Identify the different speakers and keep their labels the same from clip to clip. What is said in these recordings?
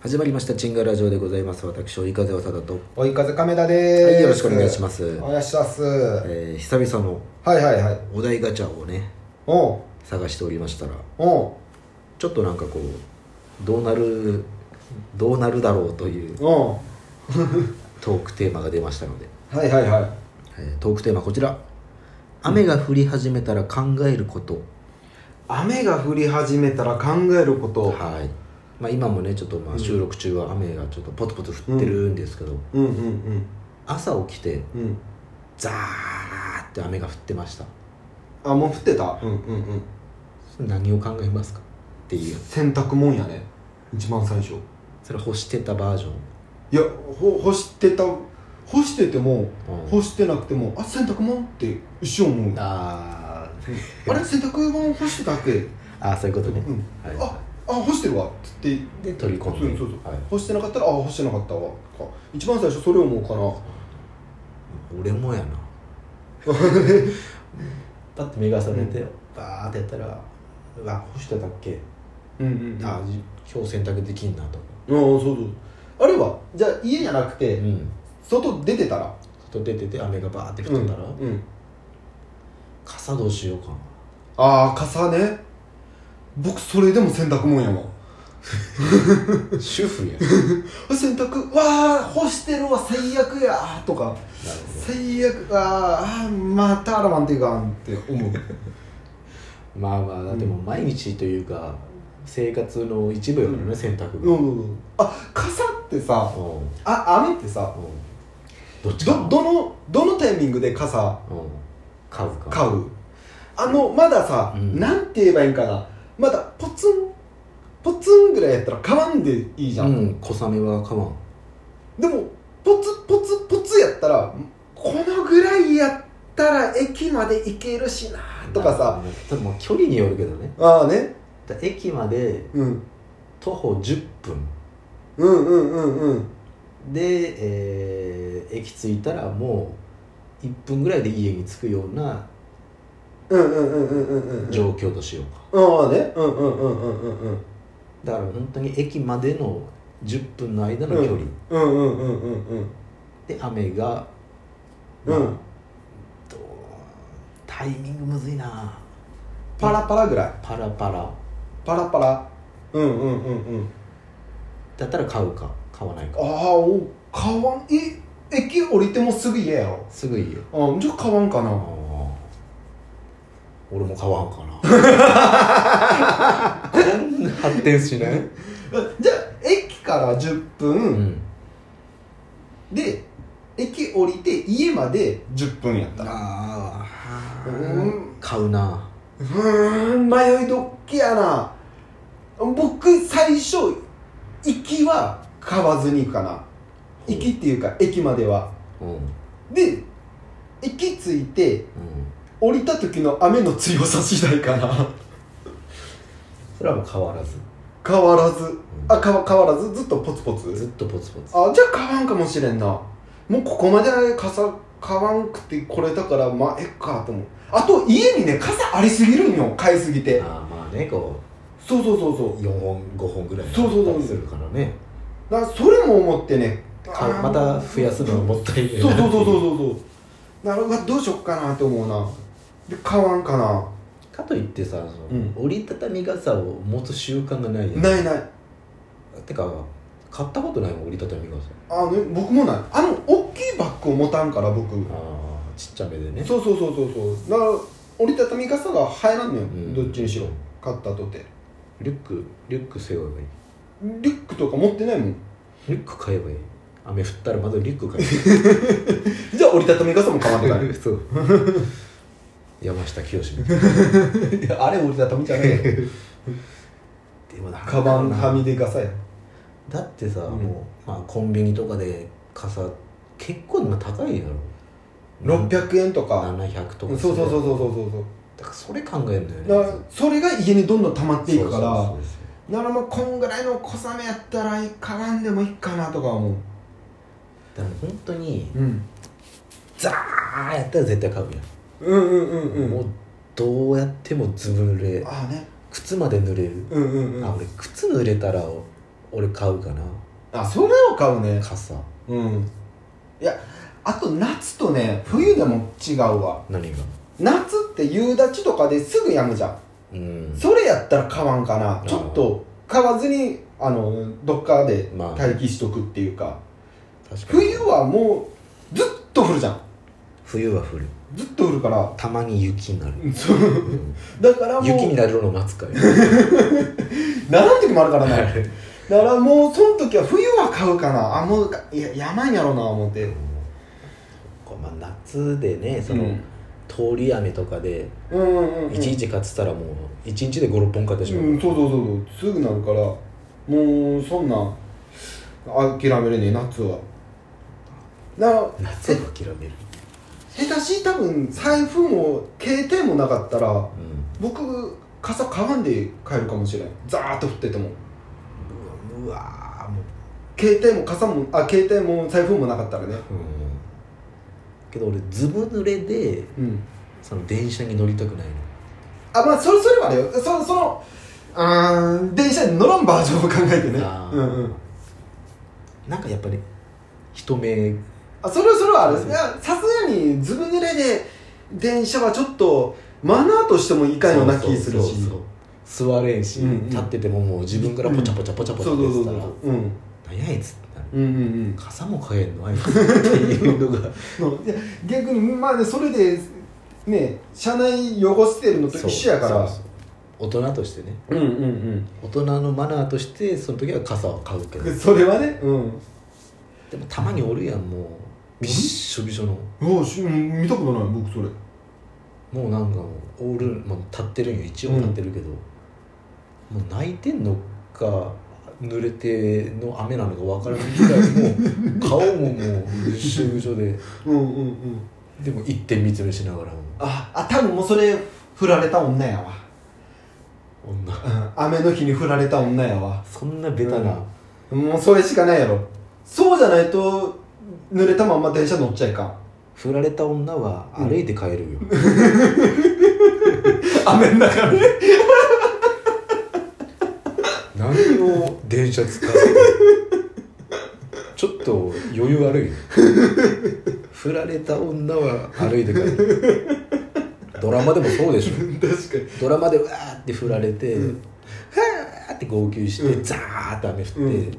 Speaker 1: 始まりましたチンガラジオでございます私追い風長田と、
Speaker 2: 追い風亀田で
Speaker 1: は
Speaker 2: す、
Speaker 1: い、よろしくお願いします、
Speaker 2: お願いします、
Speaker 1: えー久々の
Speaker 2: はいはいはい
Speaker 1: お題ガチャをね
Speaker 2: おう
Speaker 1: 探しておりましたら
Speaker 2: おう
Speaker 1: ちょっとなんかこうどうなるどうなるだろうという
Speaker 2: おう
Speaker 1: トークテーマが出ましたので、
Speaker 2: はいはいはい
Speaker 1: えートークテーマこちら雨が降り始めたら考えること、
Speaker 2: 雨が降り始めたら考えること
Speaker 1: はい、まあ、今もねちょっとまあ収録中は雨がちょっとポツポツ降ってるんですけど、
Speaker 2: うんうん
Speaker 1: 朝起きて
Speaker 2: うんうん
Speaker 1: ザーって雨が降ってました
Speaker 2: あもう降ってたうんうんうん
Speaker 1: 何を考えますかっていう
Speaker 2: 洗濯もんやね一番最初
Speaker 1: それ干してたバージョン
Speaker 2: いやほ干してた干してても、
Speaker 1: うん
Speaker 2: 干してなくてもあ洗濯もんって一瞬思う
Speaker 1: あ
Speaker 2: あれ洗濯もん干してたっけ、
Speaker 1: ああそういうことね、
Speaker 2: うん
Speaker 1: はい
Speaker 2: ああ干してるわっつって
Speaker 1: で取り
Speaker 2: そ
Speaker 1: 込
Speaker 2: うん
Speaker 1: で
Speaker 2: そうそう、
Speaker 1: はい
Speaker 2: 干してなかったらあ干してなかったわか一番最初それ思うかな
Speaker 1: 俺もやな パッて目が覚めて、バーってやったらうわ干してたっけ、
Speaker 2: うんうんあ
Speaker 1: あーじ今日洗濯できんなとか
Speaker 2: あそうそうあれはじゃあ家じゃなくて、
Speaker 1: ん
Speaker 2: 外出てたら
Speaker 1: 外出てて雨がバーって降ってたら、
Speaker 2: うんうん
Speaker 1: 傘どうしようかな
Speaker 2: ああ傘ね僕それでも洗濯もんやわ
Speaker 1: 主 婦や
Speaker 2: あ洗濯わあ干してるわ最悪やーとか最悪あーあーまた洗わんていかんって 思う
Speaker 1: まあまあだってもう毎日というか、生活の一部やからね、洗濯
Speaker 2: う
Speaker 1: が、
Speaker 2: んうんうんあ傘ってさ
Speaker 1: うんうん
Speaker 2: あ雨ってさ
Speaker 1: どっちかな
Speaker 2: どどのどのタイミングで傘
Speaker 1: うん買うか
Speaker 2: 買うあのまださ、
Speaker 1: うん
Speaker 2: なんて言えばいいんかなまだポツンポツンぐらいやったら買わんでいいじゃん、
Speaker 1: うん小雨は買わん
Speaker 2: でもポツポツポツやったらこのぐらいやったら駅まで行けるしなとかさ
Speaker 1: でも距離によるけどね
Speaker 2: ああね、
Speaker 1: だ駅まで
Speaker 2: うん、
Speaker 1: 徒歩10分
Speaker 2: うんうんうんうん
Speaker 1: で、えー駅着いたらもう1分ぐらいで家に着くような
Speaker 2: うんうんうんうんうんうんうん
Speaker 1: 状況としようか、
Speaker 2: ああねうんうんうんうんうんうん
Speaker 1: だから本当に駅までの10分の間の距離、
Speaker 2: うんうんうんうんうん
Speaker 1: で雨が、ま
Speaker 2: う
Speaker 1: あ
Speaker 2: ん
Speaker 1: どうタイミングむずいな
Speaker 2: パラパラぐらい
Speaker 1: パラパラ
Speaker 2: パラパラうんうんうんうん
Speaker 1: だったら買うか買わないか
Speaker 2: ああお買わんえ駅降りてもすぐ家やろ
Speaker 1: すぐいいよ
Speaker 2: あじゃあ買わんか
Speaker 1: あ
Speaker 2: な
Speaker 1: ー俺も買わん かなこんな発展しない、
Speaker 2: じゃあ駅から10
Speaker 1: う
Speaker 2: 分、
Speaker 1: ん、
Speaker 2: で駅降りて家まで10分やったら
Speaker 1: ああ
Speaker 2: うん
Speaker 1: 買うな
Speaker 2: うーん迷いどっきやな僕最初行きは買わずに行くかな行きっていうか駅までは
Speaker 1: うんうん
Speaker 2: で駅着いて降りた時の雨の強さ次第かな
Speaker 1: それはもう変わらず
Speaker 2: 変わらずあかわ変わらずずっとポツポツ
Speaker 1: ずっとポツポツ
Speaker 2: あじゃあ買わんかもしれんなもうここまで傘買わんくてこれだからまあえっかと思うあと家にね傘ありすぎるんよ買いすぎて
Speaker 1: あーまあねこ
Speaker 2: そうそうそうそう
Speaker 1: う4本5本ぐらい
Speaker 2: そうそうそ
Speaker 1: あっ
Speaker 2: う
Speaker 1: たりするからね
Speaker 2: だからそれも思ってね
Speaker 1: 買う
Speaker 2: あー
Speaker 1: また増やすのはもったいない
Speaker 2: そうそうそうそう
Speaker 1: う
Speaker 2: そうそうなるほどどうしよっかなと思うなで買わんかな
Speaker 1: かといってさその、
Speaker 2: うん
Speaker 1: 折りたたみ傘を持つ習慣がないやん
Speaker 2: ないない
Speaker 1: てか買ったことないもん折りたたみ傘
Speaker 2: あの、ね、僕もないあの大きいバッグを持たんから
Speaker 1: あ
Speaker 2: 僕
Speaker 1: あちっちゃめでね
Speaker 2: そうそうそうそうそうだから折りたたみ傘が入らんのよ、
Speaker 1: ん
Speaker 2: どっちにしろ買ったとて
Speaker 1: リュックリュック背負えばいい
Speaker 2: リュックとか持ってないもん
Speaker 1: リュック買えばいい雨降ったらまだリュック買え
Speaker 2: じゃあ折りたたみ傘も買わんでか
Speaker 1: ば
Speaker 2: い
Speaker 1: いいそう山下清みたいな
Speaker 2: あれ折りたたみじゃない
Speaker 1: でもなんだ
Speaker 2: カ
Speaker 1: ろう
Speaker 2: バン
Speaker 1: な
Speaker 2: はみ出傘や
Speaker 1: だってさ、
Speaker 2: うん
Speaker 1: もう、まあ、コンビニとかで傘結構今高いやろ
Speaker 2: 600円とか
Speaker 1: 700と
Speaker 2: そ
Speaker 1: か
Speaker 2: うそうそうそうそう
Speaker 1: う
Speaker 2: そうそう
Speaker 1: だからそれ考えるんだ
Speaker 2: だ
Speaker 1: よ
Speaker 2: か
Speaker 1: ね
Speaker 2: らそれが家にどんどん溜まっていく
Speaker 1: そ
Speaker 2: から
Speaker 1: うそうそう
Speaker 2: ならもうこんぐらいの小雨やったら買わんでもいいかなとか思う
Speaker 1: だから本当に
Speaker 2: うん
Speaker 1: ザーやったら絶対買うや
Speaker 2: うんうんうん
Speaker 1: ん、
Speaker 2: う
Speaker 1: も
Speaker 2: ん
Speaker 1: うどうやってもずぶ濡れ
Speaker 2: ああね
Speaker 1: 靴まで濡れる、
Speaker 2: うんうんうん
Speaker 1: あ俺靴濡れたら俺買うかな
Speaker 2: あそれを買うね
Speaker 1: 傘
Speaker 2: うんいやあと夏とね冬でも違うわ
Speaker 1: 何が
Speaker 2: 夏って夕立とかですぐやむじゃん
Speaker 1: うん
Speaker 2: それやったら買わんかな
Speaker 1: うん
Speaker 2: ちょっと買わずにあのどっかで
Speaker 1: まあ
Speaker 2: 待機しとくっていうか
Speaker 1: 確かに
Speaker 2: 冬はもうずっと降るじゃん
Speaker 1: 冬は降る
Speaker 2: ずっと降るから
Speaker 1: たまに雪になる、
Speaker 2: そう
Speaker 1: うん
Speaker 2: だからもう
Speaker 1: 雪になるのを待つ かよ
Speaker 2: ならん時もあるから なだからもうその時は冬は買うかなあもういややばいんやろうな思って
Speaker 1: こうまあ、夏でねそ
Speaker 2: うん
Speaker 1: の、通り雨とかで
Speaker 2: うんうんうん
Speaker 1: 一日買ってたらもう一日で56本買ってしまう、
Speaker 2: うん、そうそうそうそうすぐなるからもうそんなん諦めれねえ夏はだから
Speaker 1: 夏は諦める、
Speaker 2: 下手し多分財布も携帯もなかったら
Speaker 1: う
Speaker 2: 僕傘買わんで帰るかもしれんザーッと降ってても
Speaker 1: ん、うわうわーもう
Speaker 2: 携帯も傘もあ携帯も財布もなかったらね
Speaker 1: うんけど俺ずぶ濡れで
Speaker 2: うん
Speaker 1: その電車に乗りたくないの
Speaker 2: あまあそれそれはあれよそそのあー電車に乗らんバージョンを考えてね
Speaker 1: あー
Speaker 2: うんうん
Speaker 1: なんかやっぱり人目
Speaker 2: あそれはそれはあれですいやさすがにずぶ濡れで電車はちょっとマナーとしてもいいかんような気するし
Speaker 1: そうそうそう座れんし、
Speaker 2: うんうん
Speaker 1: 立っててももう自分からポチャポチャポチャポチ
Speaker 2: そうそうそ
Speaker 1: ャって
Speaker 2: うそ
Speaker 1: た
Speaker 2: う
Speaker 1: ら
Speaker 2: うん
Speaker 1: 「何やあいつ」ってなる
Speaker 2: うんうん
Speaker 1: 傘も買えんのあいつっていうのが
Speaker 2: うんいや逆にまあねそれでね車内汚してるのと一緒やから
Speaker 1: そうそう大人としてね
Speaker 2: うんうん
Speaker 1: 大人のマナーとしてその時は傘は買うけど
Speaker 2: うんそれはねうん
Speaker 1: でもたまにおるやんもうびっしょびしょの
Speaker 2: おしうん見たことない僕それ
Speaker 1: もうなんかもうオール、まあ、立ってるんよ一応立ってるけど、もう泣いてんのか濡れての雨なのかわからないぐらいもう顔ももうびっしょびしょ で
Speaker 2: うんうんうん
Speaker 1: でも一点見つめしながらも
Speaker 2: ああ多分もうそれ振られた女やわ
Speaker 1: う女
Speaker 2: うん雨の日に振られた女やわ
Speaker 1: そんなベタな、
Speaker 2: もうそれしかないやろそうじゃないと濡れたまんま電車乗っちゃいかん
Speaker 1: 振られた女は歩いて帰るよ、
Speaker 2: 雨の中で
Speaker 1: 何を電車使うちょっと余裕悪いよ振られた女は歩いて帰るドラマでもそうでしょ
Speaker 2: 確かに
Speaker 1: ドラマでうわーって振られて、
Speaker 2: うん
Speaker 1: うわーって号泣して、
Speaker 2: うん
Speaker 1: ザーって雨降って、
Speaker 2: うん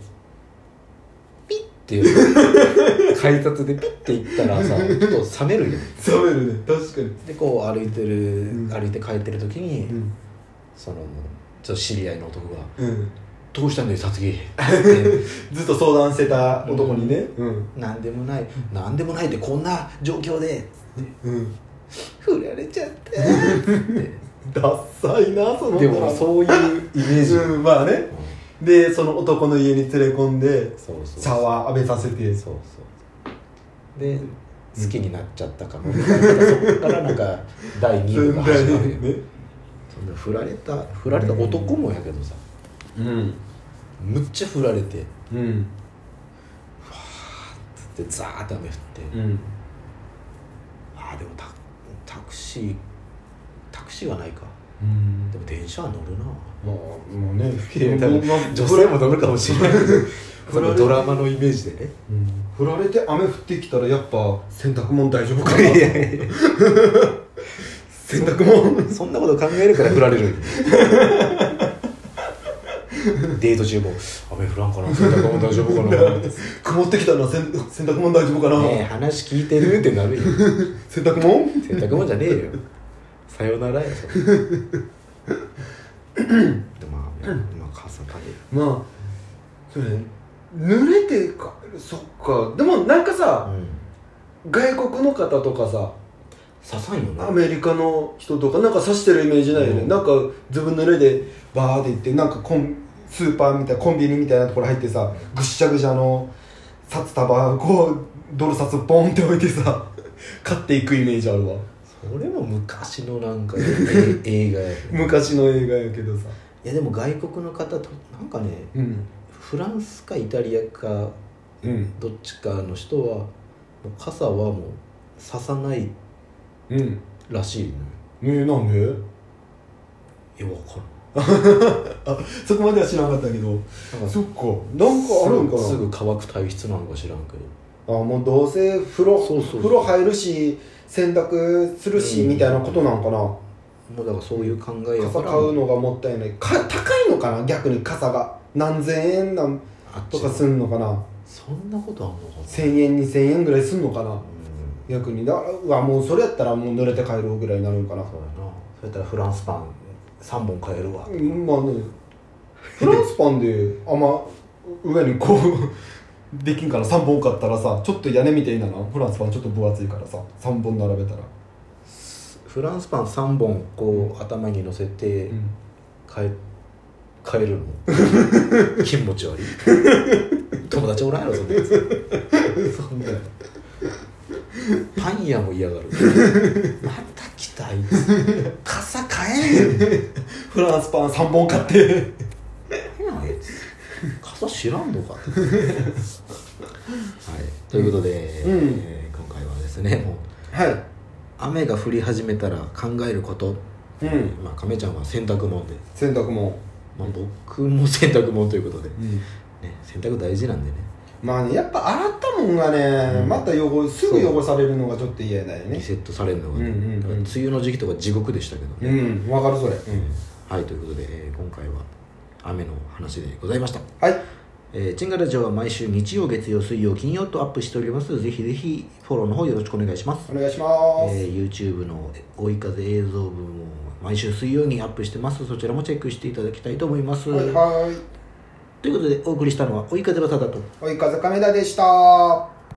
Speaker 1: ピッて改札でピッて行ったらさちょっと冷めるよ
Speaker 2: 冷めるね確かに
Speaker 1: でこう歩いてる、
Speaker 2: うん
Speaker 1: 歩いて帰ってる時に、
Speaker 2: うん
Speaker 1: そのちょっと知り合いの男が
Speaker 2: うん
Speaker 1: 「どうしたんだよ殺撃」って。
Speaker 2: ずっと相談してた男にねうん
Speaker 1: なんでもないなんでもないってこんな状況で
Speaker 2: うん
Speaker 1: 振られちゃって
Speaker 2: ダッサいなそ の
Speaker 1: でも
Speaker 2: う
Speaker 1: そういうイメージ、うん
Speaker 2: うんまあねでその男の家に連れ込んで
Speaker 1: そうそう
Speaker 2: シャ
Speaker 1: そう
Speaker 2: ワー浴びさせて
Speaker 1: そうで好きになっちゃったかもみたいなそこからなんか第2部が始まるよ、
Speaker 2: ね
Speaker 1: そんな振られた振られた男もやけどさ
Speaker 2: うん
Speaker 1: むっちゃ振られて
Speaker 2: うん
Speaker 1: でザーッて雨降って、
Speaker 2: うん
Speaker 1: ああでもタタクシータクシーはないか
Speaker 2: うん
Speaker 1: でも電車は乗るな
Speaker 2: もうもうね
Speaker 1: いや多分女性も乗るかもし れないそのドラマのイメージ でね
Speaker 2: 振られて雨降ってきたらやっぱ洗濯物大丈夫かな洗濯物
Speaker 1: そんなこと考えるから振られる んよデート中も雨降らんかな洗濯物大丈夫か な
Speaker 2: 曇ってきたな洗洗濯物大丈夫かな、
Speaker 1: ねえ話聞いてるってなるよ
Speaker 2: 洗濯物
Speaker 1: 洗濯物じゃねえ よさよならやそれでまあ、まあ、傘かで
Speaker 2: まあそれ濡れてかそっかでもなんかさ、外国の方とかさ
Speaker 1: 刺さんよな
Speaker 2: アメリカの人とかなんか刺してるイメージないよね、
Speaker 1: うん
Speaker 2: なんかずぶ濡れでバーって行ってなんかコンスーパーみたいなコンビニみたいなところ入ってさぐっしゃぐしゃの札束こうドル札ボンって置いてさ 買っていくイメージあるわ
Speaker 1: それも昔のなんか、ね、え映 画やね
Speaker 2: 昔の映画やけどさ
Speaker 1: いやでも外国の方となんかね
Speaker 2: うん
Speaker 1: フランスかイタリアか
Speaker 2: うん
Speaker 1: どっちかの人はもう傘はもう刺さない
Speaker 2: うん
Speaker 1: らしいのよ
Speaker 2: ねえなんで
Speaker 1: いやわかる
Speaker 2: そこまでは知らなかったけど
Speaker 1: なんか
Speaker 2: そっかなんかあるんかな
Speaker 1: すぐ乾く体質なのか知らんけど
Speaker 2: あもうどうせ風呂
Speaker 1: そうそうそう
Speaker 2: 風呂入るし洗濯するし、
Speaker 1: うん
Speaker 2: みたいなことなんかな
Speaker 1: もうだからそういう考えやか
Speaker 2: 傘
Speaker 1: ら
Speaker 2: 買うのがもったいないか高いのかな逆に傘が何千円なん
Speaker 1: あっ
Speaker 2: と
Speaker 1: ち
Speaker 2: かすんのかな
Speaker 1: そんなことあんのかな
Speaker 2: 1000円2000円ぐらいすんのかな逆にだうわもうそれやったらもう濡れて帰ろうぐらいになるんかな
Speaker 1: そうやなそれやったらフランスパン3本買えるわ、
Speaker 2: うんまあねフランスパンであんま上にこうできんから3本買ったらさちょっと屋根みたいなのフランスパンちょっと分厚いからさ3本並べたら、
Speaker 1: フランスパン3本こう頭に乗せて買え買える の気持ち悪 い友達おらんやろそんなやつそんなパン屋も嫌がるまた来たあいつ傘買え んよ
Speaker 2: フランスパン3本買って
Speaker 1: 変なあいつ傘知らんのか はいということで、
Speaker 2: うん
Speaker 1: えー今回はですねもう
Speaker 2: は
Speaker 1: 雨が降り始めたら考えること、
Speaker 2: いうん
Speaker 1: まあ、亀ちゃんは洗濯物で、
Speaker 2: 洗濯も、
Speaker 1: まあ、僕も洗濯物ということで、ね、洗濯大事なんでね
Speaker 2: まあねやっぱ洗ったもんがね、
Speaker 1: うん
Speaker 2: また汚すぐ汚されるのがちょっと嫌だよ
Speaker 1: リ
Speaker 2: ね
Speaker 1: セットされるのがね、
Speaker 2: うんうんうん
Speaker 1: だから梅雨の時期とか地獄でしたけどね、
Speaker 2: うんわかるそれ、
Speaker 1: はいということで、えー今回は雨の話でございました
Speaker 2: はい
Speaker 1: えー、チンガラジオは毎週日曜月曜水曜金曜とアップしておりますぜひぜひフォローの方よろしくお願いします
Speaker 2: お願いします、
Speaker 1: えー YouTube の追い風映像部も毎週水曜にアップしてますそちらもチェックしていただきたいと思います、
Speaker 2: はいはい
Speaker 1: ということでお送りしたのは追い風バサダと
Speaker 2: 追い風亀田でした